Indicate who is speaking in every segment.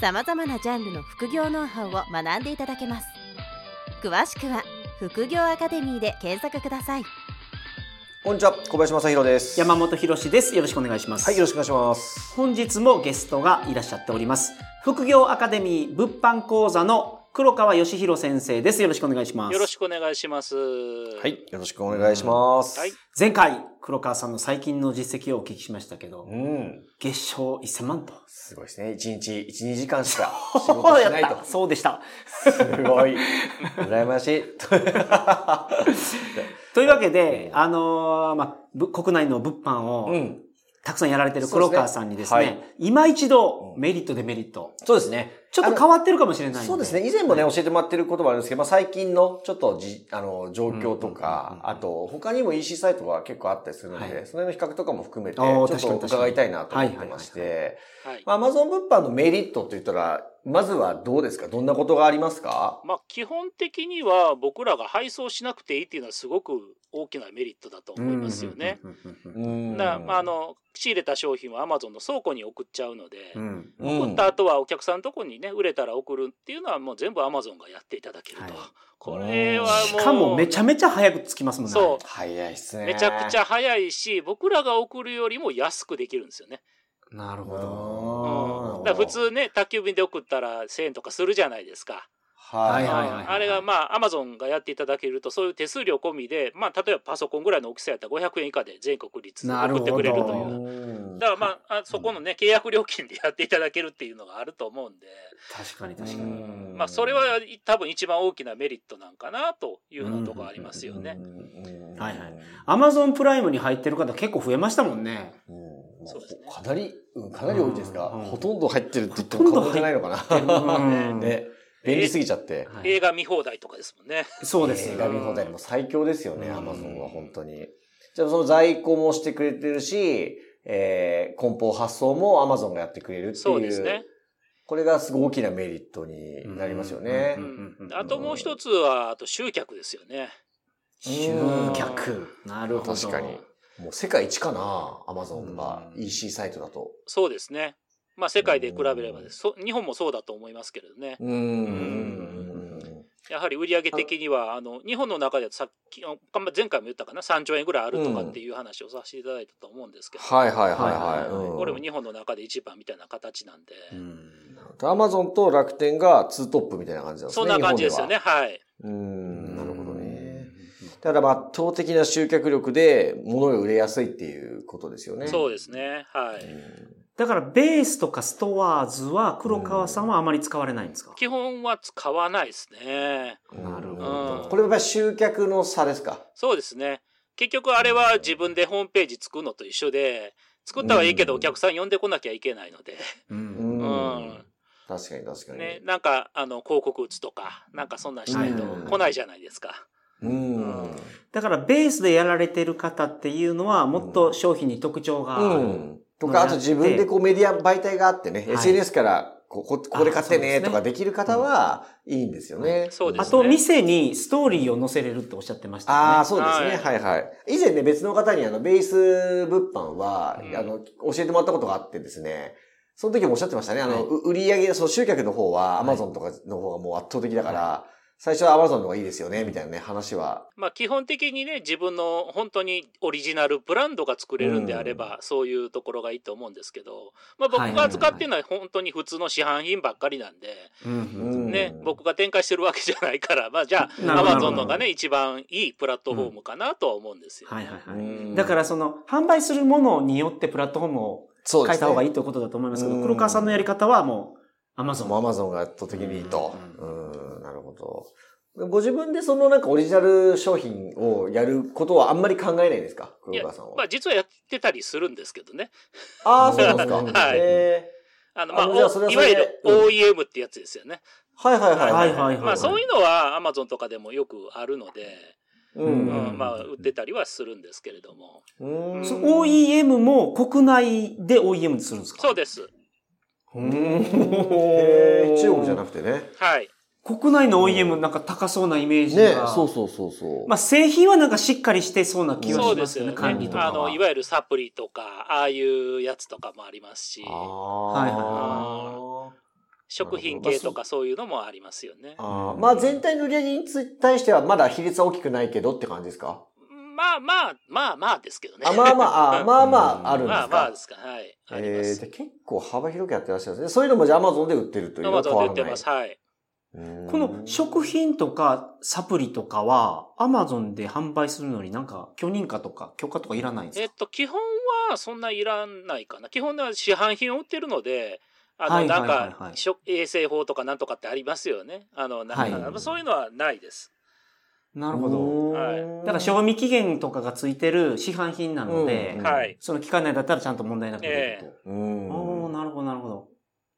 Speaker 1: さまざまなジャンルの副業ノウハウを学んでいただけます詳しくは「副業アカデミー」で検索ください
Speaker 2: こんにちは、小林正弘です。
Speaker 3: 山本博史です。よろしくお願いします。
Speaker 2: はい、よろしくお願いします。
Speaker 3: 本日もゲストがいらっしゃっております。副業アカデミー物販講座の黒川義弘先生です。よろしくお願いします。
Speaker 4: よろしくお願いします。は
Speaker 2: はい。、よろしくお願いします。
Speaker 4: はい。
Speaker 3: 前回、黒川さんの最近の実績をお聞きしましたけど
Speaker 2: う、ん。
Speaker 3: 月賞1000万と。
Speaker 2: すごいですね。一日、一、二時間しか仕事しない
Speaker 3: そうやっ
Speaker 2: と
Speaker 3: た。 そうでした。
Speaker 2: すご い。羨ましい。
Speaker 3: というわけで、
Speaker 2: うん
Speaker 3: あのーまあぶ、国内の物販
Speaker 2: う
Speaker 3: を
Speaker 2: ん。
Speaker 3: たくさんやられてる
Speaker 2: そうです
Speaker 3: 黒
Speaker 2: ね
Speaker 3: 川さんにですね、
Speaker 2: はい
Speaker 3: 今一度
Speaker 2: うん
Speaker 3: メリット、デメリット、
Speaker 2: そうですね。
Speaker 3: ちょっと変わってるかもしれないん
Speaker 2: そうですね。以前もね、教えてもらってることもあるんですけど、まあ、最近のちょっとじ、あの、状況とか、
Speaker 3: うんうんうんう
Speaker 2: あ
Speaker 3: ん
Speaker 2: と、他にも EC サイトが結構あったりするので、
Speaker 3: はい
Speaker 2: その辺の比較とかも含めて、ち
Speaker 3: あー
Speaker 2: ょ
Speaker 3: 確か
Speaker 2: っと
Speaker 3: に確かに
Speaker 2: 伺いたいなと思ってまして、
Speaker 3: はいは
Speaker 2: まあ、Amazon 物販のメリットといったら、まずはどうですかどんなことがありますか
Speaker 4: まあ、基本的には僕らが配送しなくていいっていうのはすごく大きなメリットだと思いますよね。
Speaker 3: うんうんうんうんうん。
Speaker 2: うん
Speaker 4: だまあ、あ、の仕入れた商品は Amazon の倉庫に送っちゃうので、
Speaker 3: うん
Speaker 2: うん
Speaker 4: 送った後はお客さんのとこにね売れたら送るっていうのはもう全部 Amazon がやっていただけると、
Speaker 3: はい
Speaker 4: これはもう
Speaker 3: しかもめちゃめちゃ早く着きますもんね。
Speaker 4: そう
Speaker 2: 早いっすね。
Speaker 4: めちゃくちゃ早いし僕らが送るよりも安くできるんですよね。
Speaker 3: なる
Speaker 2: ほど
Speaker 4: うん、だから普通ね宅急便で送ったら1000円とかするじゃないですか。
Speaker 2: はい
Speaker 3: はいはいはい
Speaker 4: あれがまあ、アマゾンがやっていただけると、そういう手数料込みで、まあ、例えばパソコンぐらいの大きさやったら500円以下で全国率
Speaker 3: なる
Speaker 4: 送
Speaker 3: ほど
Speaker 4: ってくれるという。
Speaker 2: う
Speaker 4: だからまあ、あそこのね、契約料金でやっていただけるっていうのがあると思うんで、
Speaker 3: 確かに確かに。
Speaker 2: ん
Speaker 4: まあ、それは多分一番大きなメリットなんかなというようなところありますよね。。
Speaker 3: はいはいアマゾンプライムに入ってる方結構増えましたもんね。
Speaker 2: うん
Speaker 4: そうですね
Speaker 2: かなり、うんかなり多いですが、
Speaker 3: うんうん
Speaker 2: ほとんど入ってるって言っても過言じゃないのかな。
Speaker 3: う ん
Speaker 2: ね、便利すぎちゃって。
Speaker 3: はい
Speaker 4: 映画見放題とかですもんね。
Speaker 3: そうです
Speaker 2: 映
Speaker 3: よ
Speaker 2: 画見放題も最強ですよね、
Speaker 3: うん
Speaker 2: アマゾンは本当に。じゃあその在庫もしてくれてるし、えー、梱包発送もアマゾンがやってくれるって
Speaker 4: そうで
Speaker 2: い
Speaker 4: すね
Speaker 2: う。。これがすごい大きなメリットになりますよね
Speaker 3: うん。うんうんうん
Speaker 4: あともう一つは、あと集客ですよね。
Speaker 3: 集客。なるほど。
Speaker 2: 確かにもう世界一かな、アマゾンが
Speaker 3: うん
Speaker 2: EC サイトだと。
Speaker 4: そうですね。まあ、世界で比べればです。そ日本もそうだと思いますけれどね。
Speaker 2: うん
Speaker 4: やはり売上的には、あの、日本の中ではさっき、あ前回も言ったかな、3兆円ぐらいあるとかっていう話をさせていただいたと思うんですけど、
Speaker 2: はいはいはい
Speaker 3: はい
Speaker 2: はい。うん
Speaker 4: これも日本の中で一番みたいな形なんで、
Speaker 3: うん
Speaker 2: アマゾンと楽天がツートップみたいな感じなんです
Speaker 4: そ
Speaker 2: ね。
Speaker 4: んな感じですよね。
Speaker 2: 日
Speaker 4: はい。
Speaker 2: 本では。うん、なるほどね。。ただから圧倒的な集客力で物が売れやすいっていうことですよね。
Speaker 4: そうですね。は
Speaker 2: う
Speaker 4: い。
Speaker 2: ん
Speaker 3: だからベースとかストアーズは黒川さんはあまり使われないんですか
Speaker 4: 基本は使わないですね。
Speaker 3: なるほ
Speaker 4: ど
Speaker 2: これはやっぱり集客の差ですか
Speaker 4: そうですね。結局あれは自分でホームページ作るのと一緒で、作ったはいいけど
Speaker 2: うん
Speaker 4: お客さん呼んでこなきゃいけないので、
Speaker 3: う
Speaker 2: うんん
Speaker 4: うん
Speaker 2: 確かに確かに。
Speaker 4: ね、なんか、あの、広告打つとか、なんかそんなんしないと
Speaker 2: うん
Speaker 4: 来ないじゃないですか。
Speaker 2: うん。
Speaker 4: うん
Speaker 3: だからベースでやられてる方っていうのはもっと商品に特徴があ
Speaker 2: う
Speaker 3: る。
Speaker 2: ん。とか、あと自分でこうメディア媒体があってね、
Speaker 3: はい
Speaker 2: SNS からこここれ買ってね
Speaker 3: あそうですね
Speaker 2: とかできる方はいいんですよね。
Speaker 4: そうで
Speaker 3: あ
Speaker 4: すね
Speaker 3: と店にストーリーを載せれるっておっしゃってましたよね。
Speaker 2: ああ、そうですね。は
Speaker 4: はい
Speaker 2: はい。以前ね、別の方にあの、ベース物販は、
Speaker 4: うん
Speaker 2: あの、教えてもらったことがあってですね、その時もおっしゃってましたね。あの、
Speaker 3: はいう
Speaker 2: 売り上げ、その集客の方は
Speaker 3: はい
Speaker 2: Amazon とかの方がもう圧倒的だから、最初は Amazon の方がいいですよね、みたいなね、話は。
Speaker 4: まあ、基本的にね自分の本当にオリジナルブランドが作れるんであれば、そういうところがいいと思うんですけど、まあ、僕
Speaker 3: はいはいはいは
Speaker 4: が
Speaker 3: い
Speaker 4: 扱ってるのは本当に普通の市販品ばっかりなんで、
Speaker 3: うんうん
Speaker 2: うん
Speaker 4: ね、僕が展開してるわけじゃないから、まあ、じゃあ
Speaker 3: な
Speaker 4: ア
Speaker 3: るほど
Speaker 4: マゾンのがね一番いいプラットフォームかなとは思うんですよ。
Speaker 3: はいはいはい。
Speaker 2: うん
Speaker 3: だからその、販売するものによってプラットフォームを
Speaker 2: そう
Speaker 3: 変えた方がいい
Speaker 2: い。
Speaker 3: ということだと思いますけ
Speaker 2: う
Speaker 3: ど、
Speaker 2: ん
Speaker 3: 黒川さんのやり方はもう、アマゾン。
Speaker 2: もう Amazon が圧倒的にいいと。う、
Speaker 3: うん
Speaker 2: なるほど。ご自分でそのなんかオリジナル商品をやることはあんまり考えないですか黒川さんは。
Speaker 4: まあ、実はやってたりするんですけどね
Speaker 2: ああ、そうなんですか。
Speaker 3: うん
Speaker 4: はい
Speaker 2: え
Speaker 4: あの、まあ、
Speaker 2: あじゃあそれは
Speaker 4: おい
Speaker 2: それ
Speaker 4: わ
Speaker 2: で
Speaker 4: ゆる
Speaker 2: うん
Speaker 4: OEM ってやつですよね。
Speaker 2: はいはいはい。
Speaker 3: はいはいはい
Speaker 4: まあ、そういうのは Amazon とかでもよくあるので、
Speaker 2: う。
Speaker 4: うんんまあ、売ってたりはするんですけれども。
Speaker 2: うん。
Speaker 3: そう OEM も国内で OEM にするんですか
Speaker 4: そうです。
Speaker 3: うん
Speaker 2: へー中国じゃなくてね。
Speaker 4: はい。
Speaker 3: 国内の OEM なんか高そうなイメージが。
Speaker 2: ね、そうそうそうそう。
Speaker 3: まあ製品はなんかしっかりしてそうな気が
Speaker 4: そう
Speaker 3: し
Speaker 4: で
Speaker 3: ますす
Speaker 4: よ
Speaker 3: よ
Speaker 4: ね
Speaker 3: ね、。管理とか
Speaker 4: あの、
Speaker 3: は。
Speaker 4: いわゆるサプリとか、ああいうやつとかもありますし、
Speaker 3: はいはい
Speaker 2: あ
Speaker 4: 食品系とかそういうのもありますよね
Speaker 2: ー。あー。まあ全体の売り上げにつ対してはまだ比率は大きくないけどって感じですか
Speaker 4: まあまあ、まあまあですけどね。
Speaker 2: あまあま あ、あーまあまああるんで
Speaker 4: まあ
Speaker 2: す
Speaker 4: まあ
Speaker 2: か
Speaker 4: で。すか。はい。ありま
Speaker 2: えー、
Speaker 4: す
Speaker 2: じゃ。あ結構幅広くやってらっしゃるんですね。そういうのもじゃあ Amazon で売ってるという
Speaker 4: ノ
Speaker 2: のは
Speaker 4: マ
Speaker 2: 変
Speaker 4: ゾン
Speaker 2: わ
Speaker 4: で
Speaker 2: ら
Speaker 4: 売
Speaker 2: ない。
Speaker 4: ってます。はい。
Speaker 2: うん
Speaker 3: この食品とかサプリとかは、アマゾンで販売するのになんか許認可とか許可とかいらないんです
Speaker 4: えっ
Speaker 3: か
Speaker 4: と、基本はそんないらないかな。基本は市販品を売ってるので、あの、
Speaker 3: はいはいは
Speaker 4: なん
Speaker 3: いはい
Speaker 4: か、食衛生法とかなんとかってありますよね。あの、なんか、
Speaker 2: はい
Speaker 4: そういうのはないです。
Speaker 3: なるほど。
Speaker 4: はい
Speaker 3: だから賞味期限とかがついてる市販品なので、
Speaker 2: うん
Speaker 4: はい。
Speaker 3: その期間内だったらちゃんと問題なくできると。
Speaker 2: う
Speaker 3: おお
Speaker 2: ん。
Speaker 3: なるほど、なるほど。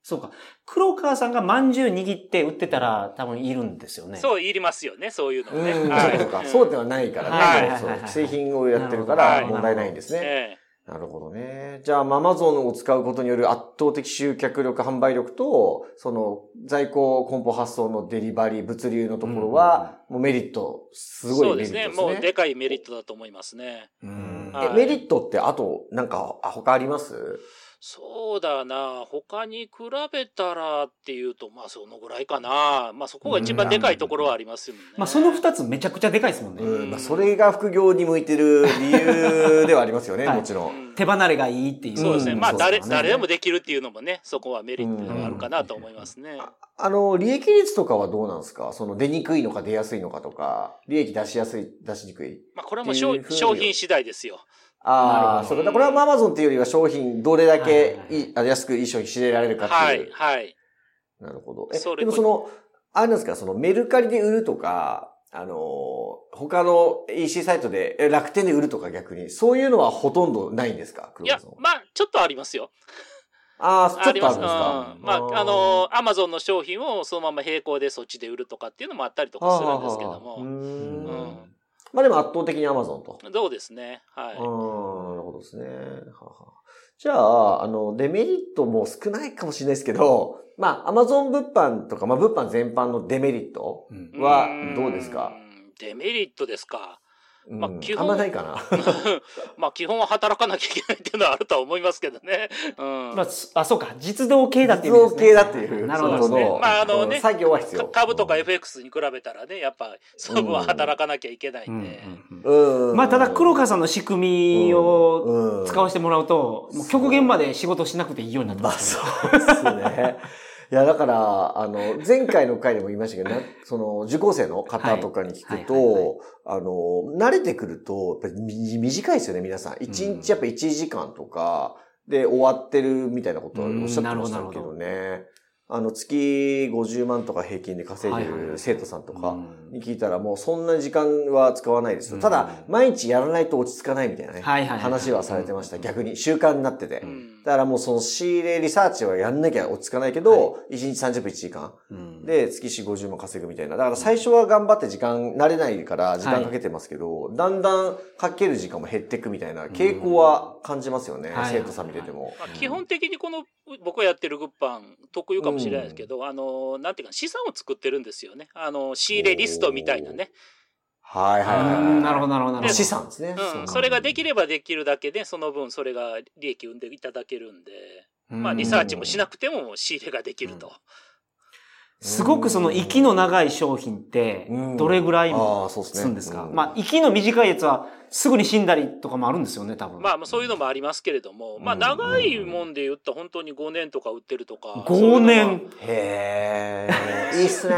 Speaker 3: そうか。黒川さんがまんじゅう握って売ってたら多分いるんですよね。
Speaker 4: そう、いりますよね。そういうの
Speaker 2: う
Speaker 4: ね。
Speaker 2: ん、
Speaker 4: はい
Speaker 2: そうか。そうではないからね。
Speaker 3: はいはいはい
Speaker 2: そう
Speaker 3: はい
Speaker 2: 製品をやってるか
Speaker 4: な
Speaker 2: ら
Speaker 4: るほど
Speaker 2: 問題ないんですね。
Speaker 4: え
Speaker 2: なるほどね。じゃあ、アマゾンを使うことによる圧倒的集客力、販売力と、その在庫、梱包発送のデリバリー、物流のところは、もうメリット、す
Speaker 4: え
Speaker 2: ご
Speaker 4: そ
Speaker 2: いうメ
Speaker 4: で
Speaker 2: リッ
Speaker 4: す
Speaker 2: トです
Speaker 4: ね。
Speaker 2: ね。
Speaker 4: もう、でかいメリットだと思いますね。
Speaker 2: うん
Speaker 4: はい
Speaker 2: えメリットって、あと、なんか、あ他あります
Speaker 4: そうだな。他に比べたらっていうと、まあ、そのぐらいかな。まあ、そこが一番でかいところはありますよね。
Speaker 3: まあその二つめちゃくちゃでかいですもんね。
Speaker 2: うん、ま
Speaker 4: う
Speaker 2: あ、
Speaker 4: ん
Speaker 2: それが副業に向いてる理由ではありますよね、
Speaker 3: はい
Speaker 2: もちろ。
Speaker 4: うんん
Speaker 3: 手離れがいいっていう。
Speaker 4: そうですね。
Speaker 2: うん
Speaker 4: まあ、誰、
Speaker 3: そうですね
Speaker 4: 誰でもできるっていうのもね、そこはメリットがあるかなと思いますね。
Speaker 2: あの、利益率とかはどうなんですかその、出にくいのか出やすいのかとか、利益出しやすい、出しにくい
Speaker 4: まあ、これはもう
Speaker 2: っ
Speaker 4: 商
Speaker 2: ていうふうに
Speaker 4: 商品次第ですよ。
Speaker 2: あ
Speaker 3: な
Speaker 2: あ、
Speaker 3: る
Speaker 2: そ
Speaker 4: ほど
Speaker 2: うか。だからこれはアマゾンっていうよりは商品、どれだけい
Speaker 3: はい
Speaker 2: い、あ安くいい商品仕入れられるかっ
Speaker 4: は
Speaker 2: てい
Speaker 4: い、
Speaker 2: う。
Speaker 4: はい。
Speaker 2: なるほど。え、
Speaker 4: それ
Speaker 2: でもその、あれなんですか、そのメルカリで売るとか、あのー、他の EC サイトで、え楽天で売るとか逆に、そういうのはほとんどないんですか
Speaker 4: いや、まあ、ちょっとありますよ。
Speaker 2: ああー、ちょっとある
Speaker 4: あ
Speaker 2: ん
Speaker 4: り
Speaker 2: で
Speaker 4: ますす。うん。
Speaker 2: か
Speaker 4: まあ、あの、アマゾンの商品をそのまま並行でそっちで売るとかっていうのもあったりとかするんですけど
Speaker 2: はあはあはあう
Speaker 4: も。
Speaker 2: ん
Speaker 4: うん
Speaker 2: まあでも圧倒的にアマゾンと。
Speaker 4: そうですね。はい。
Speaker 2: ああ、なるほどですね。はあはあじゃあ、あの、デメリットも少ないかもしれないですけど、まあ、Amazon 物販とか、まあ、物販全般のデメリット
Speaker 3: うん
Speaker 2: は
Speaker 4: ん
Speaker 2: どうですか
Speaker 4: デメリットですか。 まあ
Speaker 2: うん
Speaker 4: 基
Speaker 2: あ
Speaker 4: 本
Speaker 2: んまないかな。
Speaker 4: まあ、基本は働かなきゃいけないっていうのはあるとは思いますけどね。うん。
Speaker 3: まあ、すあ、そうか。実動系だっていう意味
Speaker 2: 造
Speaker 3: ですね。
Speaker 2: 形だっていう。
Speaker 3: なるほ
Speaker 2: こ
Speaker 3: ど
Speaker 2: と
Speaker 4: そうです
Speaker 2: の
Speaker 4: ねまああのね
Speaker 2: うん作業は必要。
Speaker 4: か株とか
Speaker 2: うん
Speaker 4: FX に比べたらね、やっぱ、その分は働かなきゃいけないんで。
Speaker 2: うん。
Speaker 3: まあ、ただ、黒川さんの仕組みを
Speaker 2: を
Speaker 3: 使わせてもらうと、もう極限まで仕事しなくていいようになって
Speaker 2: ま
Speaker 3: ま
Speaker 2: あ
Speaker 3: す、
Speaker 2: そうですね。い や、だから、あの、前回の回でも言いましたけど、なその、受講生の方とかに聞く
Speaker 3: はいはいはいは
Speaker 2: と、あの、慣れてくると、やっぱりみ短いですよね、皆さん。1日やっぱ1時間とかで終わってるみたいなことをおっしゃってましたけどね。あの、月50万とか平均で稼いで
Speaker 3: はいは
Speaker 2: る
Speaker 3: い
Speaker 2: 生徒さんと
Speaker 3: う
Speaker 2: か
Speaker 3: ん
Speaker 2: に聞いたら、もうそんな時間は使わないですよ。ただ、
Speaker 3: うん
Speaker 2: 毎日やらないと落ち着かないみたいなね。
Speaker 3: はいはいはい
Speaker 2: 話はされてました。逆に、習慣になってて。
Speaker 4: うん
Speaker 2: だからもうその仕入れリサーチはやんなきゃ落ち着かないけど、1日30分1時間。
Speaker 3: うん
Speaker 2: で、月4 50万稼ぐみたいな。だから最初は頑張って時間、慣れないから時間かけてますけど、だんだんかける時間も減っていくみたいな傾向は感じますよね。
Speaker 3: うんはい
Speaker 2: 生徒さん見てても。
Speaker 4: まあ、基本的にこの僕がやってる物販特有かもしれないですけど、あのなんていうか資産を作ってるんですよねあの仕入れリストみたいなね、
Speaker 2: はいはいはいは
Speaker 3: う
Speaker 2: い。
Speaker 3: んなるほど、なるほど、なるほど。
Speaker 2: 資産ですね。
Speaker 4: う
Speaker 2: か
Speaker 4: ん、それができればできるだけでその分それが利益を生んでいただけるんで、
Speaker 3: うん。
Speaker 4: まあ、リサーチもしなくても仕入れができると、
Speaker 3: すごくその息の長い商品って
Speaker 2: うん、
Speaker 3: どれぐらい
Speaker 2: ああ
Speaker 3: も
Speaker 2: そうっすね
Speaker 3: するんですか、
Speaker 2: うん
Speaker 3: まあ、息の短いやつはすぐに死んだりとかもあるんですよね、多分。
Speaker 4: まあ、まあそういうのもありますけれども、まあ、
Speaker 2: うん
Speaker 4: 長いもんで言ったら本当に5年とか売ってるとか
Speaker 3: 5年。
Speaker 2: へえ。いいっすね。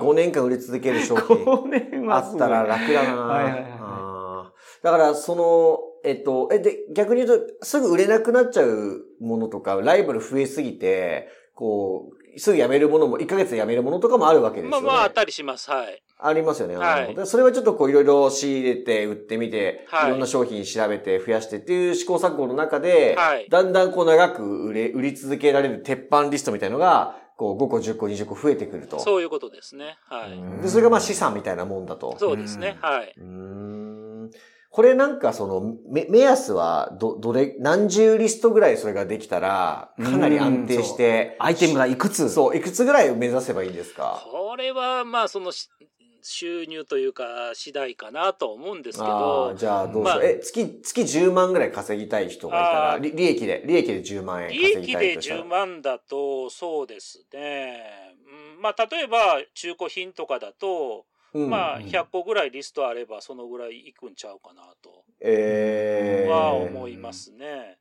Speaker 4: うん
Speaker 2: 5年間売り続ける商品。
Speaker 3: 5年は
Speaker 2: あっ
Speaker 3: すごい
Speaker 2: たら楽だな
Speaker 3: はいはいはいはい
Speaker 2: あーだから、その、えっと、え、で、逆に言うと、すぐ売れなくなっちゃうものとか、ライバル増えすぎて、こう、すぐ辞めるものも、1ヶ月で辞めるものとかもあるわけです
Speaker 4: ま
Speaker 2: よ
Speaker 4: あ
Speaker 2: ね。
Speaker 4: まあ、あったりします。はい。
Speaker 2: ありますよね。
Speaker 4: はい
Speaker 2: なるほどそれはちょっとこういろいろ仕入れて、売ってみて、、
Speaker 4: はいい
Speaker 2: ろんな商品調べて、増やしてっていう試行錯誤の中で、
Speaker 4: はい
Speaker 2: だんだんこう長く売れ、売り続けられる鉄板リストみたいのが、こう5個、10個、20個増えてくると。
Speaker 4: そういうことですね。はい。
Speaker 2: で、それがまあ資産みたいなもんだと。
Speaker 4: そうですね。
Speaker 3: う
Speaker 4: はい。
Speaker 2: うーんこれなんかその、め目安は、ど、どれ、何十リストぐらいそれができたら、かなり安定して、
Speaker 3: アイテムがいくつ
Speaker 2: そう、いくつぐらいを目指せばいいんですか
Speaker 4: これは、まあ、その、し収入というか、次第かなと思うんですけ
Speaker 2: あー
Speaker 4: ど、
Speaker 2: じゃあどうしよう。
Speaker 4: まあ
Speaker 2: え、月、月10万ぐらい稼ぎたい人がいたら、
Speaker 4: あー
Speaker 2: り利益で、利益で10万円
Speaker 4: 利
Speaker 2: 稼ぎ
Speaker 4: 益
Speaker 2: たい
Speaker 4: で
Speaker 2: としたら。
Speaker 4: 10万だと、そうですね。うんまあ、例えば、中古品とかだと、
Speaker 2: うん
Speaker 4: まあ、
Speaker 3: うん
Speaker 4: 100個ぐらいリストあれば、そのぐらいいくんちゃうかな
Speaker 2: えー、
Speaker 4: とは思いますね。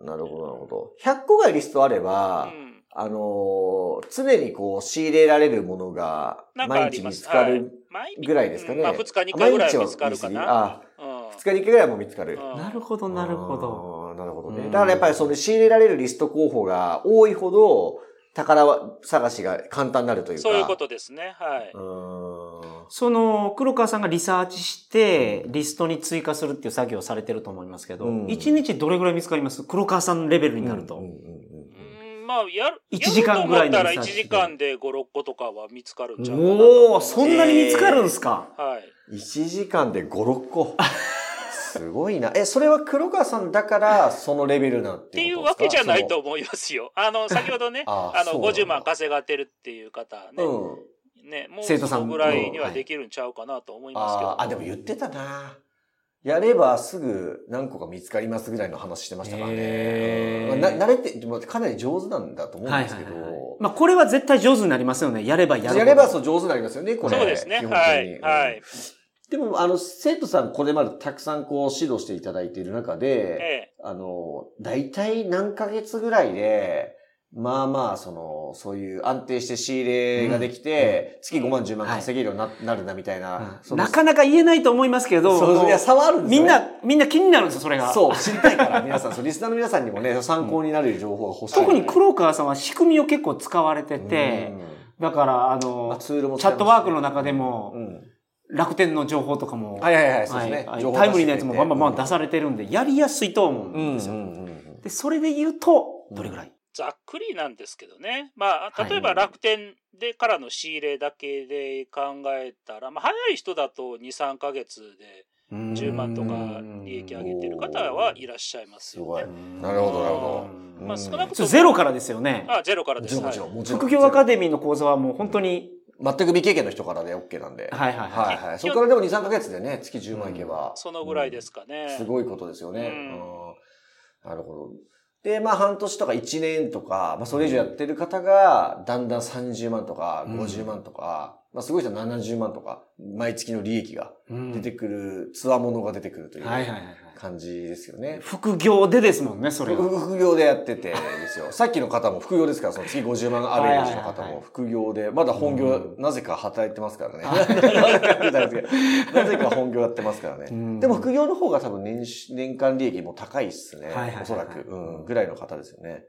Speaker 2: なるほど、なるほど。100個ぐらいリストあれば、
Speaker 4: うん
Speaker 2: あのー常にこう、仕入れられるものが、
Speaker 4: なんかあ
Speaker 2: 毎
Speaker 4: り
Speaker 2: 日
Speaker 4: ま
Speaker 2: 見
Speaker 4: す
Speaker 2: つか
Speaker 4: はい
Speaker 2: る
Speaker 4: 毎日
Speaker 2: ぐらいですかね。
Speaker 4: うんまあ、2日に1回ぐら
Speaker 2: 毎
Speaker 4: い
Speaker 2: 日は
Speaker 4: 見つかるか
Speaker 2: 見
Speaker 4: な。
Speaker 2: 過ぎあ、
Speaker 4: うん
Speaker 2: 2日に1回ぐらいも見つかる。
Speaker 4: うん
Speaker 3: なるほど、なるほど。
Speaker 2: あー。なるほど
Speaker 3: う
Speaker 2: ね。
Speaker 3: ん
Speaker 2: だからやっぱりその仕入れられるリスト候補が多いほど、宝探しが簡単になるというか。
Speaker 4: そういうことですね。はい。
Speaker 2: う
Speaker 3: その、黒川さんがリサーチして、リストに追加するっていう作業をされてると思いますけど、
Speaker 2: うん
Speaker 3: 一1日どれぐらい見つかります黒川さんレベル
Speaker 2: ーん。
Speaker 3: になると。
Speaker 2: うんうんうん
Speaker 4: うんまあ、やる、
Speaker 3: 1時間ぐらいの
Speaker 4: やると
Speaker 3: リサー
Speaker 4: 思ったら1
Speaker 3: チで
Speaker 4: 時間で5、6個とかは見つかるんちゃうかなと思い
Speaker 3: おお
Speaker 4: ま
Speaker 3: ー
Speaker 4: す
Speaker 3: そんなに見つかるんですか、
Speaker 4: はい。
Speaker 2: うん1時間で5、6個。すごいな。え、それは黒川さんだから、そのレベルなん
Speaker 4: っててい
Speaker 2: いう
Speaker 4: う
Speaker 2: こと
Speaker 4: わけ
Speaker 2: です
Speaker 4: じ
Speaker 2: か、
Speaker 4: ゃないと。思いますよ。あの、先ほどね
Speaker 2: あ
Speaker 4: あ
Speaker 2: ーそう
Speaker 4: の、
Speaker 2: なんだ
Speaker 4: 50万稼がってるっていう方は
Speaker 2: そ
Speaker 4: ね、
Speaker 2: のうん。
Speaker 4: ね、もう
Speaker 3: 生徒さん
Speaker 4: そのぐらいに
Speaker 3: う
Speaker 4: は
Speaker 3: ん
Speaker 4: できるんちゃうかなと思いますけど。
Speaker 2: あーあ、でも言ってたな。やればすぐ何個か見つかりますぐらいの話してましたからね
Speaker 3: へ。
Speaker 2: う
Speaker 3: ー
Speaker 2: んな慣れて、でもかなり上手なんだと思うんですけど。
Speaker 3: まあ、これは絶対上手になりますよね。やればやるほど
Speaker 2: やればそう上手になりますよね、これ。
Speaker 4: そうですね。
Speaker 2: 基本的
Speaker 4: は
Speaker 2: に
Speaker 4: い。はい。。
Speaker 2: でも、あの、生徒さんこれまでたくさんこう指導していただいている中で、
Speaker 4: ええ。
Speaker 2: あの、大体何ヶ月ぐらいで、まあまあ、その、そういう安定して仕入れができて、月5万、10万
Speaker 3: はい
Speaker 2: 稼げるようにな,、なるなみたいな。
Speaker 3: うんなかなか言えないと思いますけど、
Speaker 2: そうそういや、差はあるんです
Speaker 3: み
Speaker 2: よ、
Speaker 3: ん
Speaker 2: ね。
Speaker 3: な、みんな気になるんですよ、それが。
Speaker 2: そう、知りたいから、皆さん、そうリスナーの皆さんにもね、参考になる情報が欲しい。
Speaker 3: 特に黒川さんは仕組みを結構使われて
Speaker 2: うん
Speaker 3: て、だから、あの、
Speaker 2: まあツールも
Speaker 3: チ
Speaker 2: 使い
Speaker 3: ャ
Speaker 2: ます
Speaker 3: ットワークの中でも、
Speaker 2: うん
Speaker 3: 楽天の情報とかも、
Speaker 2: はいはいはい、そうですね。
Speaker 3: はい
Speaker 2: 情報
Speaker 3: タイムリーなやつもバンバンバン出
Speaker 2: す。
Speaker 3: されてるんで、やりやすいとは思
Speaker 2: う
Speaker 3: うん
Speaker 2: ん、
Speaker 3: ですよ。
Speaker 2: うんうんうん
Speaker 3: で、それで言うと、どれぐらい、
Speaker 4: ざっくりなんですけどね。まあ、
Speaker 3: はい
Speaker 4: 例えば楽天でからの仕入れだけで考えたら、まあ、早い人だと2、3ヶ月で10万とか利益上げてる方はいらっしゃいます
Speaker 2: す
Speaker 4: よ
Speaker 2: ごい
Speaker 4: ね。。
Speaker 2: なるほど、なるほど。
Speaker 4: まあ、少なくと
Speaker 3: それ
Speaker 4: も。
Speaker 3: ゼロからですよね。
Speaker 4: あ、ゼロから
Speaker 2: も
Speaker 4: で
Speaker 2: ちろ
Speaker 4: す。
Speaker 2: ん、も
Speaker 4: は
Speaker 2: ち
Speaker 4: い
Speaker 2: ろん、もちろん。
Speaker 3: 副業アカデミーの講座はもう本当に、
Speaker 2: 全く未経験の人からで OK なんで。
Speaker 3: はいはいは
Speaker 2: はいはい。そこからでも2、3ヶ月でね、月10万いけば。
Speaker 4: そのぐらいですかね。
Speaker 2: すごいことですよね。
Speaker 4: うん
Speaker 2: うんなるほど。で、まあ半年とか1年とか、まあそれ以上やってる方が、だんだん30万とか
Speaker 3: うん
Speaker 2: 50万とか、まあすごい人は70万とか、毎月の利益が
Speaker 3: い。
Speaker 2: 出てくる、つわものが出てくるとい
Speaker 3: はいはいうはいはい。
Speaker 2: 感じですよね。
Speaker 3: 副業でですもんね、それが。
Speaker 2: 副副業でやっててですよ。さっきの方も副業ですから、その次50万アベレージの方
Speaker 3: はいはいはいは
Speaker 2: も
Speaker 3: い
Speaker 2: 副業で、まだ本業
Speaker 3: う、
Speaker 2: なぜか働いてますからね。なぜかみたいですけどなぜか本業やってますから
Speaker 3: う
Speaker 2: ね。
Speaker 3: ん
Speaker 2: でも副業の方が多分年収年間利益も高いっすね
Speaker 3: はいはいはいは。い
Speaker 2: おそらく。うん。ぐらいの方ですよね。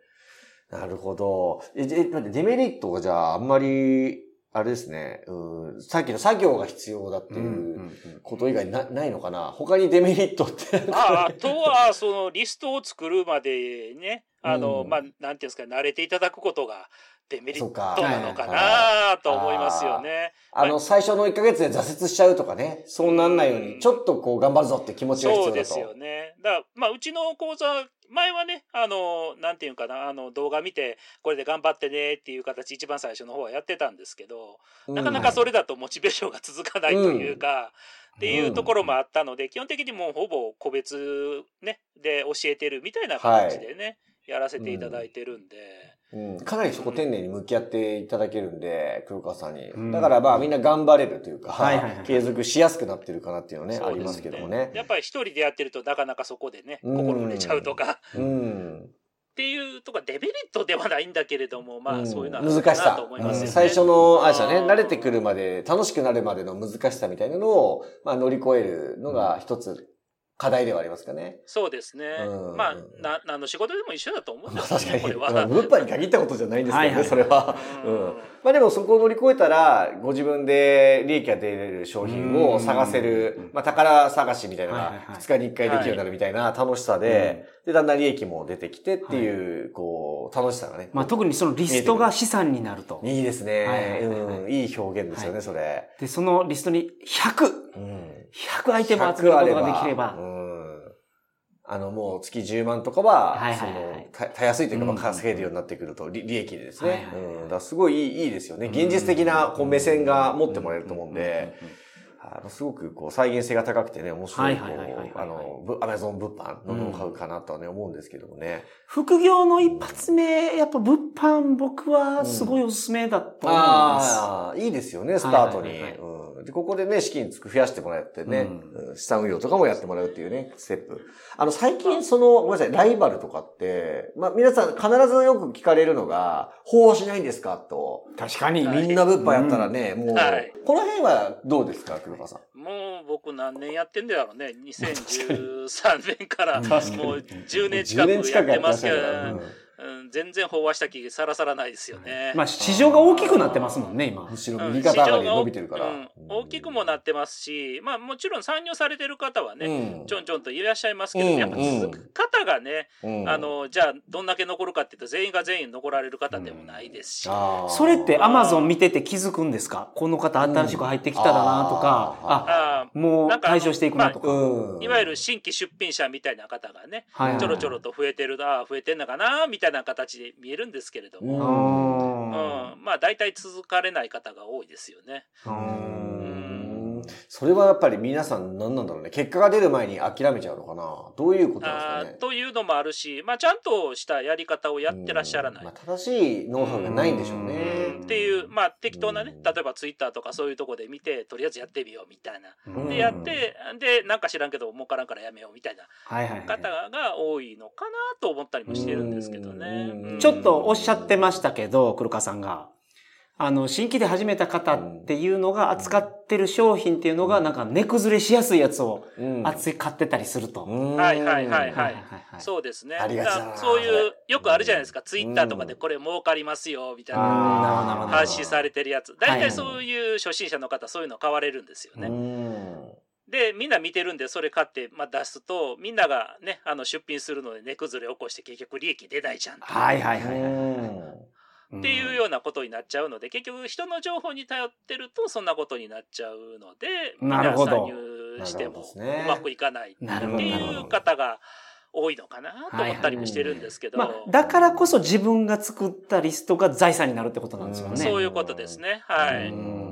Speaker 2: なるほど。え、じゃえ待ってデメリットがじゃああんまり、あれですね。うん。さっきの作業が必要だって
Speaker 3: うんう
Speaker 2: いうんこと以外なないのかな。他にデメリットって。
Speaker 4: ああとは、そのリストを作るまでね、あの、
Speaker 2: うん
Speaker 4: まあ、なんていうんですか、慣れていただくことがデメリットなの
Speaker 2: そ
Speaker 4: か
Speaker 2: うか
Speaker 4: なと思いますよね。
Speaker 2: あの、最初の1ヶ月で挫折しちゃうとかね、そうなんないよう
Speaker 4: う
Speaker 2: に、
Speaker 4: ん
Speaker 2: ちょっとこう頑張るぞって気持ちが必要
Speaker 4: そう
Speaker 2: だと。
Speaker 4: ですよね。だから、まあ、うちの講座、前はね、あの、なんていうかな、あの、動画見て、これで頑張ってねっていう形、一番最初の方はやってたんですけど、なかなかそれだとモチベーションが続かないというか、っていうところもあったので、基本的にもうほぼ個別、ね、で教えてるみたいな形でね、やらせていただいてるんで、
Speaker 2: うん、かなりそこ丁寧に向き合っていただけるんで、黒川さんに。
Speaker 3: うん
Speaker 2: だからまあみんな頑張れるというか、
Speaker 3: はいはいはい
Speaker 2: 継続しやすくなってるかなっていうのね、
Speaker 4: そ
Speaker 2: あ
Speaker 4: うですね
Speaker 2: りますけどもね。
Speaker 4: やっぱり一人でやってるとなかなかそこでね、
Speaker 2: うん
Speaker 4: 心折れちゃうとか、っ
Speaker 2: うん。
Speaker 4: ていうとか、デメリットではないんだけれども、
Speaker 2: う
Speaker 4: まあ
Speaker 2: ん
Speaker 4: そういうのはあるか
Speaker 2: 難し
Speaker 4: な
Speaker 2: さ
Speaker 4: と思いま
Speaker 2: う
Speaker 4: すよね。
Speaker 2: ん最初の、あれでしたね、
Speaker 4: うん
Speaker 2: 慣れてくるまで、楽しくなるまでの難しさみたいなのを、まあ乗り越えるのが一つ課題ではありますかね。
Speaker 4: そうですね
Speaker 2: う。ん
Speaker 4: まあ、な、何の仕事でも一緒だと思うん
Speaker 2: ま
Speaker 4: で
Speaker 2: あ
Speaker 4: す
Speaker 2: 確
Speaker 4: け
Speaker 2: かに、
Speaker 4: ど、これ
Speaker 2: まあ
Speaker 4: は。
Speaker 2: 物販に限ったことじゃないんですけど
Speaker 3: はいは
Speaker 2: ね、
Speaker 3: い
Speaker 2: それは。うんまあでもそこを乗り越えたら、ご自分で利益が出れる商品を探せ
Speaker 3: うん
Speaker 2: る、まあ宝探しみたいなの
Speaker 3: はいはいは
Speaker 2: が
Speaker 3: い
Speaker 2: 2日に1回できるようになるみたいな楽しさで、で、だんだん利益も出てきてっていう、こう、楽しさがね。
Speaker 3: まあ、特にそのリストが資産になると。
Speaker 2: いいです
Speaker 3: はい
Speaker 2: ね。
Speaker 3: はいはいはい
Speaker 2: うんいい表現ですよね、それ。
Speaker 3: で、そのリストに100、
Speaker 2: うん
Speaker 3: 100アイテムを集めることができれば
Speaker 2: う。んあの、もう月10万とか
Speaker 3: はい
Speaker 2: は、
Speaker 3: は
Speaker 2: そ
Speaker 3: いは
Speaker 2: の
Speaker 3: い、
Speaker 2: たたやすいというか、まあ
Speaker 3: うん
Speaker 2: 稼げるようになってくると、り利益でです
Speaker 3: はい
Speaker 2: ね。
Speaker 3: はいはい
Speaker 2: うん。だからすごいいいいいですよね。現実的なこう目線が持ってもらえると思うんで、
Speaker 3: うんうんうん
Speaker 2: あのすごくこう再現性が高くてね、面白い、こ、
Speaker 3: はいはいはいはいはいう
Speaker 2: あの、ぶアマゾン物販のノウハウかなとはね、思うんですけどもね。
Speaker 3: 副業の一発目、やっぱ物販、僕はすごいおすすめだと思います。
Speaker 2: ああ、いいですよね、スタートに。
Speaker 3: はいはいはい
Speaker 2: うんでここでね、資金つく増やしてもらってね、
Speaker 3: う
Speaker 2: うん資産運用とかもやってもらうっていうね、ステップ。あの、最近その、ごめんなさい、ライバルとかって、まあ、皆さん必ずよく聞かれるのが、法はしないんですかと。
Speaker 3: 確かに
Speaker 4: はい
Speaker 2: みんな物販やったらね、もう、
Speaker 4: はい
Speaker 2: この辺はどうですか、黒川さん。
Speaker 4: もう僕何年やってんだろ うね。2013年から、もう
Speaker 2: 確かに
Speaker 4: 10年近くやってますけど、うん全然飽和した気さらさらないですよね。
Speaker 3: まあ、市場が大きくなってますもんね、今
Speaker 2: む。しろ
Speaker 4: うん
Speaker 2: 右肩上がりで
Speaker 4: 市場が
Speaker 2: 伸びてるから。
Speaker 4: うん大きくもなってますし、まあもちろん参入されてる方はね、
Speaker 2: うん
Speaker 4: ちょんちょんといらっしゃいますけど、
Speaker 2: うん
Speaker 4: やっぱ続く方がね、
Speaker 2: うん
Speaker 4: あの、じゃあどんだけ残るかっていうと、全員が全員残られる方でもないですし、
Speaker 2: あー
Speaker 3: それってアマゾン見てて気づくんですかこの方新しく入ってきただなとか、
Speaker 2: うん
Speaker 3: あ、
Speaker 4: あ
Speaker 3: もう
Speaker 4: なんかあの
Speaker 3: 対処していくなとか。
Speaker 2: う
Speaker 4: ー
Speaker 2: ん
Speaker 4: いわゆる新規出品者みたいな方がね、
Speaker 3: はいはい
Speaker 4: ちょろちょろと増えてるな、増えてんのかな、みたいな形で見えるんですけれど
Speaker 2: う
Speaker 4: も、
Speaker 2: ん
Speaker 4: うん
Speaker 3: あ
Speaker 4: まあ大体続かれない方が多いですよね。
Speaker 3: ー
Speaker 2: うんそれはやっぱり皆さん何なんだろうね。結果が出る前に諦めちゃうのかな。どういうことな
Speaker 4: あ
Speaker 2: んです
Speaker 4: ー
Speaker 2: かね。
Speaker 4: というのもあるし、まあ、ちゃんとしたやり方をやってらっしゃらない。
Speaker 2: うんまあ、正しいノウハウがないんでしょうね。
Speaker 4: うんっていう、まあ、適当なね
Speaker 2: うん
Speaker 4: 例えばツイッターとかそういうとこで見てとりあえずやってみようみたいな。
Speaker 2: うん
Speaker 4: でやってでなんか知らんけど儲からんからやめようみたいな
Speaker 3: はいはいはい
Speaker 4: 方が多いのかなと思ったりもしてるんですけどね。
Speaker 2: うん
Speaker 4: うん
Speaker 3: ちょっとおっしゃってましたけど、黒川さんが。あの、新規で始めた方っていうのが扱ってる商品っていうのが、なんか値崩れしやすいやつを
Speaker 2: うん
Speaker 3: 扱ってたりすると。
Speaker 2: うん
Speaker 4: はいはいはいはい
Speaker 3: は
Speaker 4: そうですね。
Speaker 2: ありがちだな
Speaker 4: だからそういうよくあるじゃないですか、ツイッターとかで
Speaker 2: うん
Speaker 4: これ儲かりますよみたいな
Speaker 3: あーなるほどなるほど
Speaker 4: 発信されてるやつ大
Speaker 3: はい
Speaker 4: 体そういう初心者の方そういうの買われるんですよね。
Speaker 2: うん
Speaker 4: でみんな見てるんでそれ買って、まあ、出すとみんながねあの出品するので値崩れ起こして結局利益出ないじゃんと
Speaker 3: はいはいはいは
Speaker 2: う
Speaker 3: い。
Speaker 2: ん
Speaker 4: っていうようなことになっちゃうので結局人の情報に頼ってるとそんなことになっちゃうのでみん
Speaker 3: なるほど
Speaker 4: 参入して
Speaker 2: なるほど
Speaker 4: も
Speaker 2: ですね
Speaker 4: うまくいかないって
Speaker 3: なるほどなるほ
Speaker 4: い
Speaker 3: ど
Speaker 4: う方が多いのかなと思ったりもしてるんですけど、
Speaker 3: まあ、だからこそ自分が作ったリストが財産になるってことなんですよ
Speaker 2: うん
Speaker 3: ね。
Speaker 4: そういうことですね。はい、
Speaker 2: うん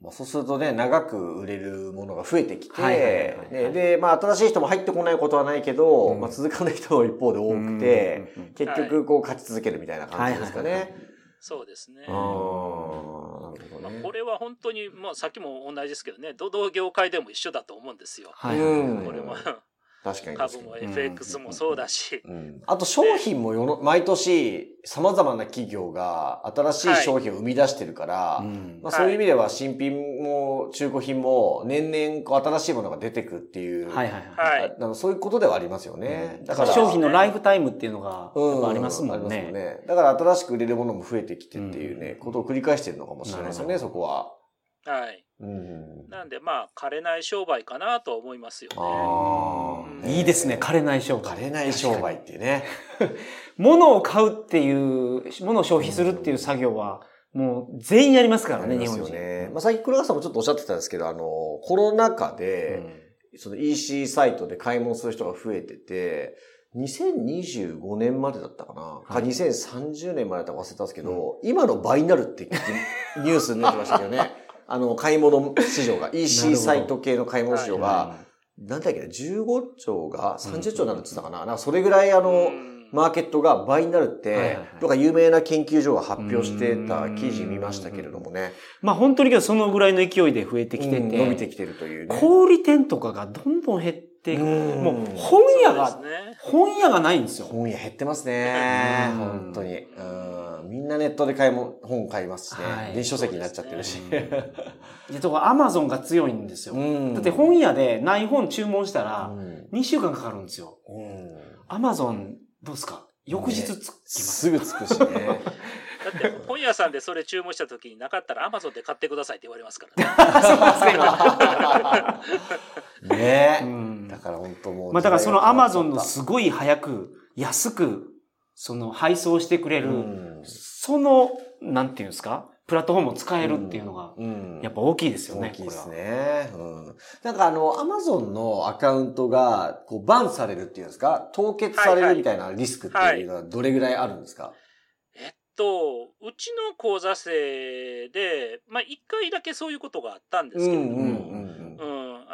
Speaker 2: まあ、そうするとね、長く売れるものが増えてきて、
Speaker 3: はいはいはいはい
Speaker 2: ねで、まあ、新しい人も入ってこないことはないけど、
Speaker 3: うん
Speaker 2: まあ、続かない人も一方で多くて、
Speaker 3: うんうんうん
Speaker 2: 結局、こう、勝ち続けるみたいな感じですかね。
Speaker 3: はいはいはい
Speaker 4: そうですね。
Speaker 2: ああ、なるほど
Speaker 4: まあ
Speaker 2: ね。
Speaker 4: これは本当に、まあ、さっきも同じですけどね、どの業界でも一緒だと思うんですよ。
Speaker 3: はい
Speaker 2: うん
Speaker 4: これも
Speaker 2: 確かに確
Speaker 4: 株
Speaker 2: か
Speaker 4: も
Speaker 2: に。
Speaker 4: FX もそうだし、
Speaker 2: うん、あと商品もよの毎年様々な企業が新しい商品を生み出してるから、
Speaker 3: うん
Speaker 2: まあ、そういう意味では新品も中古品も年々こう新しいものが出てくっていう、
Speaker 3: はいはいはい。
Speaker 4: は
Speaker 2: あ
Speaker 4: い、
Speaker 2: のそういうことではありますよね。だから
Speaker 3: 商品のライフタイムっていうのがやっぱありますもん
Speaker 2: あります
Speaker 3: ね。
Speaker 2: よだから新しく売れるものも増えてきてっていうね、
Speaker 3: うん
Speaker 2: ことを繰り返してるのかもしれないですよね、
Speaker 3: なる
Speaker 2: そこは。
Speaker 4: はい。
Speaker 2: うん。
Speaker 4: なんで、まあ、枯れない商売かなと思いますよね。
Speaker 2: あ
Speaker 4: うん
Speaker 2: あ。
Speaker 3: いいですね、枯れない商
Speaker 2: 枯
Speaker 3: 売。
Speaker 2: れない商売っていうね。
Speaker 3: 物を買うっていう、物を消費するっていう作業は、もう全員やりますから
Speaker 2: あ
Speaker 3: ね、
Speaker 2: り
Speaker 3: 日
Speaker 2: ますよ
Speaker 3: 本人。
Speaker 2: ね。まあ、最近黒川さんもちょっとおっしゃってたんですけど、あの、コロナ禍で、その EC サイトで買い物する人が増えてて、2025年までだったかな、か
Speaker 3: はい
Speaker 2: 2030年までだったか忘れたんですけど、今の倍になるってニュースになってましたけどね。 あの、買い物市場が、
Speaker 3: なる
Speaker 2: EC
Speaker 3: ほど
Speaker 2: サイト系の買い物市場
Speaker 3: うん
Speaker 2: が、なんだっけな、15兆が30兆になるって言ってたかな、なんかそれぐらいあの、
Speaker 4: うん
Speaker 2: マーケットが倍になるっ
Speaker 3: は
Speaker 2: て
Speaker 3: いはいはい、
Speaker 2: とか有名な研究所が発表してた記事見ましたけれどもね。
Speaker 3: まあ本当にけどそのぐらいの勢いで増えてきてて、
Speaker 2: うん伸びてきてるというね。
Speaker 3: 小売店とかがどんどん減っていく。
Speaker 2: うん
Speaker 3: もう本屋
Speaker 4: そ
Speaker 3: が、
Speaker 4: うですね
Speaker 3: 本屋がないんですよ。
Speaker 2: 本屋減ってますね。
Speaker 3: うん
Speaker 2: 本当に。うんみんなネットで買いも本買いますしね
Speaker 3: は。い
Speaker 2: 電子書籍になっちゃってるし。
Speaker 3: で、とかアマゾンが強いんですよ。
Speaker 2: うん
Speaker 3: だって本屋でない本注文したら
Speaker 2: う、ん
Speaker 3: 2週間かかるんですよ。
Speaker 2: うん
Speaker 3: アマゾン、どうですか翌日つきます。
Speaker 2: すぐつくしね。
Speaker 4: だって本屋さんでそれ注文した時になかったらアマゾンで買ってくださいって言われますから ね。
Speaker 2: ね
Speaker 3: う
Speaker 2: え。
Speaker 3: ん
Speaker 2: だから本当もう。
Speaker 3: まあだからそのアマゾンの
Speaker 2: す
Speaker 3: すごい早く、安く、その配送してくれ
Speaker 2: ぐ
Speaker 3: る、その、なんていうんですかプラットフォームを使えるっていうのが、やっぱ大きいですよね。
Speaker 2: 大きいです
Speaker 3: これは。
Speaker 2: ね。うん。なんかあの、アマゾンのアカウントが、こう、バンされるっていうんですか凍結され
Speaker 4: はいは
Speaker 2: る
Speaker 4: い
Speaker 2: みたいなリスクっていうのはどれぐらいあるんですか
Speaker 4: えっと、うちの講座生で、まあ、1回だけそういうことがあったんですけれども、うん
Speaker 2: ん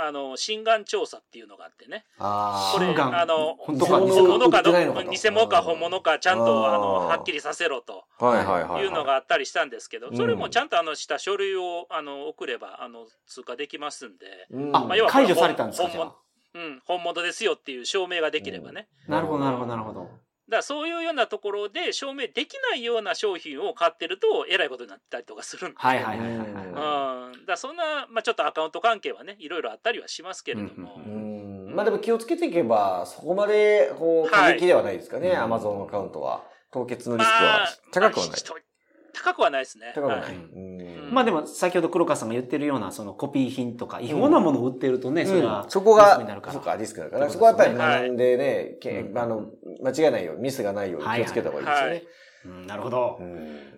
Speaker 4: あの、心眼調査っていうのがあってね。
Speaker 2: あ
Speaker 4: こ
Speaker 2: あ。
Speaker 4: れ、
Speaker 3: 心眼
Speaker 4: あの、
Speaker 3: 本
Speaker 2: 当
Speaker 4: 偽
Speaker 2: か
Speaker 4: 物かど
Speaker 2: 売ってないのかと
Speaker 4: 偽物か本物かちゃんと、
Speaker 2: あー
Speaker 4: あの、はっきりさせろと
Speaker 2: はいはいはい。
Speaker 4: いうのがあったりしたんですけど、
Speaker 2: うん
Speaker 4: それもちゃんとあの、した書類を、あの、送れば、あの、通過できますんで、
Speaker 2: うん、
Speaker 3: あ、
Speaker 4: まあ要は
Speaker 3: 解除されたんですか
Speaker 4: 本
Speaker 3: じゃあ
Speaker 4: うん、本物ですよっていう証明ができればね。
Speaker 3: なるほど、なるほど、なるほど。
Speaker 4: だからそういうようなところで証明できないような商品を買ってるとえらいことになったりとかするんで、、
Speaker 3: はいはいはいはいはい
Speaker 2: う
Speaker 3: う
Speaker 2: ん
Speaker 4: だ
Speaker 3: は
Speaker 4: からそんな、まあ、ちょっとアカウント関係はねいろいろあったりはしますけれども、
Speaker 3: うん
Speaker 2: う。ん。まあでも気をつけていけば、そこまで、こう、過激ではないですかね、
Speaker 3: はい
Speaker 2: アマゾンアカウントは。凍結のリスク
Speaker 4: ま
Speaker 2: は
Speaker 4: あ
Speaker 2: 高くはない。
Speaker 4: 人高くはないですね
Speaker 2: 高くはない。
Speaker 4: い
Speaker 2: うん
Speaker 3: い。まあでも、先ほど黒川さんが言ってるような、そのコピー品とか、違法なものを売ってるとね、それは
Speaker 2: うん、そこ
Speaker 3: リス
Speaker 2: が
Speaker 3: クになる、から
Speaker 2: そうか、リスクだから、
Speaker 3: って
Speaker 2: そ
Speaker 3: こ
Speaker 2: ことは
Speaker 3: で
Speaker 2: やっ
Speaker 3: す
Speaker 2: ぱり学
Speaker 3: よね
Speaker 2: んでね、け
Speaker 3: うん
Speaker 2: あの、間違いないように、ミスがないように気をつけた方がいいですよね。
Speaker 3: うんなるほど
Speaker 2: う。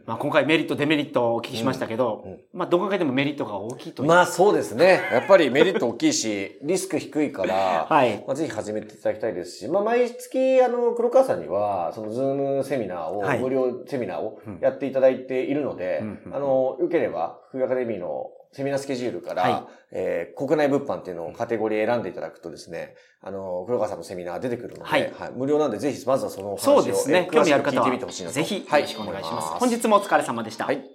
Speaker 3: まあ今回メリット、デメリットをお聞きしましたけど
Speaker 2: うんうん、
Speaker 3: まあどこかでもメリットが大きいとい
Speaker 2: ん
Speaker 3: う。
Speaker 2: まあそうですね。やっぱりメリット大きいし、リスク低い から、
Speaker 3: はい。
Speaker 2: まあ、ぜひ始めていただきたいですし、まあ、毎月、あの、黒川さんには、その、ズームセミナーを、
Speaker 3: はい
Speaker 2: 無料セミナーを
Speaker 3: うん
Speaker 2: やっていただいているので、
Speaker 3: うんうん
Speaker 2: あの、よければ、福井アカデミーのセミナースケジュールから、
Speaker 3: はい
Speaker 2: えー国内物販っていうのをカテゴリー選んでいただくとですね、あの、黒川さんのセミナーが出てくるので、
Speaker 3: はい
Speaker 2: 無料なんで、ぜひ、まずはそのお話を
Speaker 3: そうです
Speaker 2: え
Speaker 3: ね
Speaker 2: ー。
Speaker 3: 興
Speaker 2: 詳し
Speaker 3: 味ある
Speaker 2: く聞
Speaker 3: 方
Speaker 2: いてみてほしいな
Speaker 3: は、
Speaker 2: と。
Speaker 3: ぜひよろしくお願いします。本
Speaker 2: はい
Speaker 3: 日もお疲れ様でした
Speaker 2: 思。います、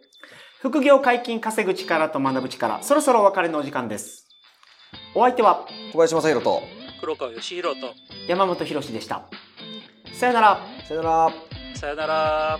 Speaker 3: 副業解禁稼ぐ力と学ぶ力、そろそろお別れのお時間です。お相手は
Speaker 2: はい小林正宏と、
Speaker 4: 黒川義弘と
Speaker 3: 山本博史でした。さよなら。
Speaker 2: さよなら。
Speaker 4: さよなら